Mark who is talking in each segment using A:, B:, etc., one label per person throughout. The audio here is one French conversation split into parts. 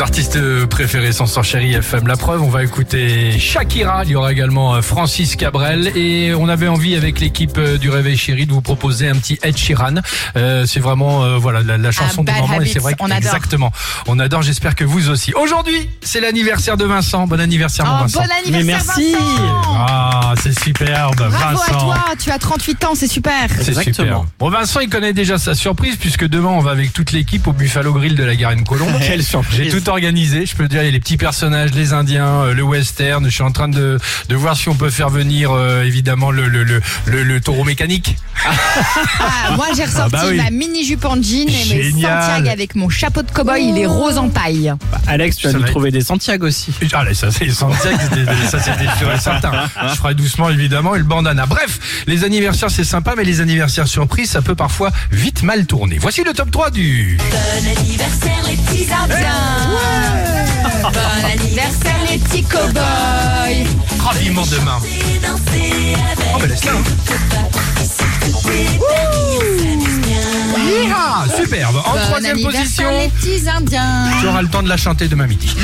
A: artistes préférés sont sur Chéri FM. La preuve, on va écouter Shakira. Il y aura également euh, Francis Cabrel. Et on avait envie, avec l'équipe euh, du Réveil Chéri, de vous proposer un petit Ed Sheeran. Euh, c'est vraiment euh, voilà la, la chanson du
B: Bad
A: moment.
B: Habits,
A: et c'est vrai que-
B: on adore.
A: exactement. On adore. J'espère que vous aussi. Aujourd'hui, c'est l'anniversaire de Vincent. Bon anniversaire, mon
B: Oh,
A: Vincent.
B: bon anniversaire
C: Mais merci.
B: Vincent
A: Ah, c'est superbe,
B: Bravo à
A: Vincent.
B: toi, tu as 38 ans, c'est super
A: C'est
C: Exactement.
A: super. Bon, Vincent, il connaît déjà sa surprise puisque demain, on va avec toute l'équipe au Buffalo Grill de la Garenne-Colombe.
C: Quelle
A: J'ai
C: surprise.
A: tout organisé. Je peux te dire, il y a les petits personnages, les Indiens, euh, le western. Je suis en train de, de voir si on peut faire venir, euh, évidemment, le, le, le, le, le taureau mécanique.
B: Ah, moi j'ai ressorti
A: bah oui.
B: ma mini jupe en jean et mes
A: Génial.
B: Santiago avec mon chapeau de cow-boy, il est rose en paille.
C: Alex, tu as
A: Ça
C: dû
A: va être-
C: trouver des Santiago aussi.
A: Ah, là, ça, c'est Santiago, c'était- ça, c'était sûr et certain. Je ferai doucement, évidemment, et le bandana. Bref, les anniversaires, c'est sympa, mais les anniversaires surprises, ça peut parfois vite mal tourner. Voici le top 3 du...
D: Bon anniversaire les petits indiens Bon anniversaire les petits cow-boys
A: Oh, vivement demain.
D: Et danser avec
A: Oh, mais laisse-la, hein. Yeeha Superbe. En
B: Bon
A: troisième
B: anniversaire,
A: position...
B: les petits indiens
A: Tu auras le temps de la chanter demain midi.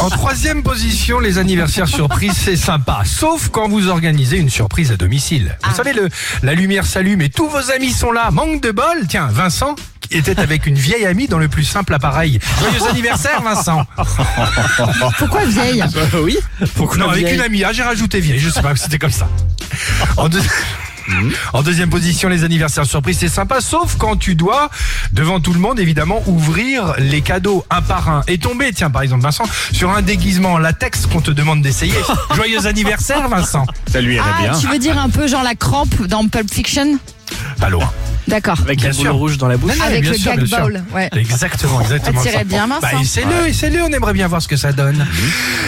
A: En troisième position, les anniversaires surprises, c'est sympa. Sauf quand vous organisez une surprise à domicile.
B: Ah.
A: Vous savez, le, la lumière s'allume et tous vos amis sont là. Manque de bol. Tiens, Vincent qui était avec une vieille amie dans le plus simple appareil. Joyeux anniversaire, Vincent.
B: Pourquoi vieille
C: Ah oui. Pourquoi
A: Non, avec
C: vieille
A: une amie. Ah, j'ai rajouté vieille. Je sais pas, c'était comme ça. En, deux- en deuxième position, les anniversaires surprises, c'est sympa, sauf quand tu dois, devant tout le monde, évidemment, ouvrir les cadeaux un par un et tomber, tiens, par exemple, Vincent, sur un déguisement en latex qu'on te demande d'essayer. Joyeux anniversaire, Vincent.
E: Ça lui irait
B: Ah,
E: bien.
B: tu veux dire un peu genre la crampe dans Pulp Fiction
A: Pas loin.
B: D'accord.
C: Avec
A: Bien
C: la boule
A: sûr.
C: rouge dans la bouche.
A: Ah,
B: Avec
A: bien
B: le
A: sûr,
B: gag
A: bien sûr.
B: ball, ouais.
A: Exactement, exactement.
B: tirait bien, Vincent. Mhm.
A: Bah, essayez-le, essayez-le, on aimerait bien voir ce que ça donne.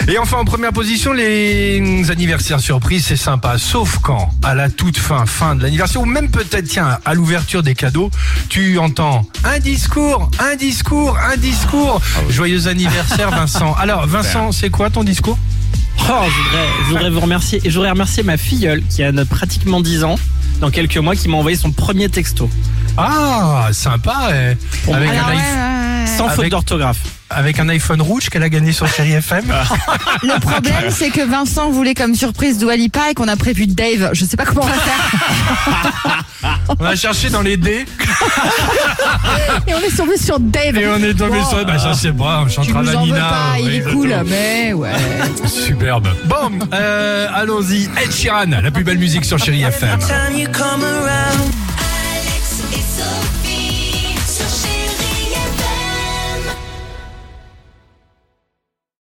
A: Et enfin, en première position, les anniversaires surprises, c'est sympa. Sauf quand, à la toute fin, fin de l'anniversaire, ou même peut-être, tiens, à l'ouverture des cadeaux, tu entends un discours, un discours, un discours.
B: Ah
A: Joyeux anniversaire, Vincent. Alors, Vincent, c'est quoi ton discours
C: Oh, je voudrais, je voudrais vous remercier. Et je voudrais remercier ma filleule qui a euh, pratiquement 10 ans, dans quelques mois, qui m'a envoyé son premier texto.
A: Ah, sympa, eh.
C: Pour
A: avec,
C: moi.
A: un
B: Alors, ouais,
A: iPhone-
B: ouais, ouais.
C: Sans
A: Avec-
C: faute d'orthographe.
A: avec un iPhone rouge qu'elle a gagné sur Chéri FM.
B: Ah. Le problème, c'est que Vincent voulait comme surprise Dua Lipa et qu'on a prévu Dave. Je sais pas comment on va faire.
A: On a cherché dans les dés.
B: Et on est tombé sur Dave.
A: Et on est tombé
B: Bon,
A: sur. Bah, ça, c'est bon, on
B: Tu
A: chantera
B: nous
A: la
B: en veux
A: Nina.
B: pas, il
A: ouais,
B: est
A: je-
B: cool, mais ouais.
A: Superbe. Bon, euh, allons-y. Ed Sheeran, la plus belle musique sur Chéri FM.
F: Time you call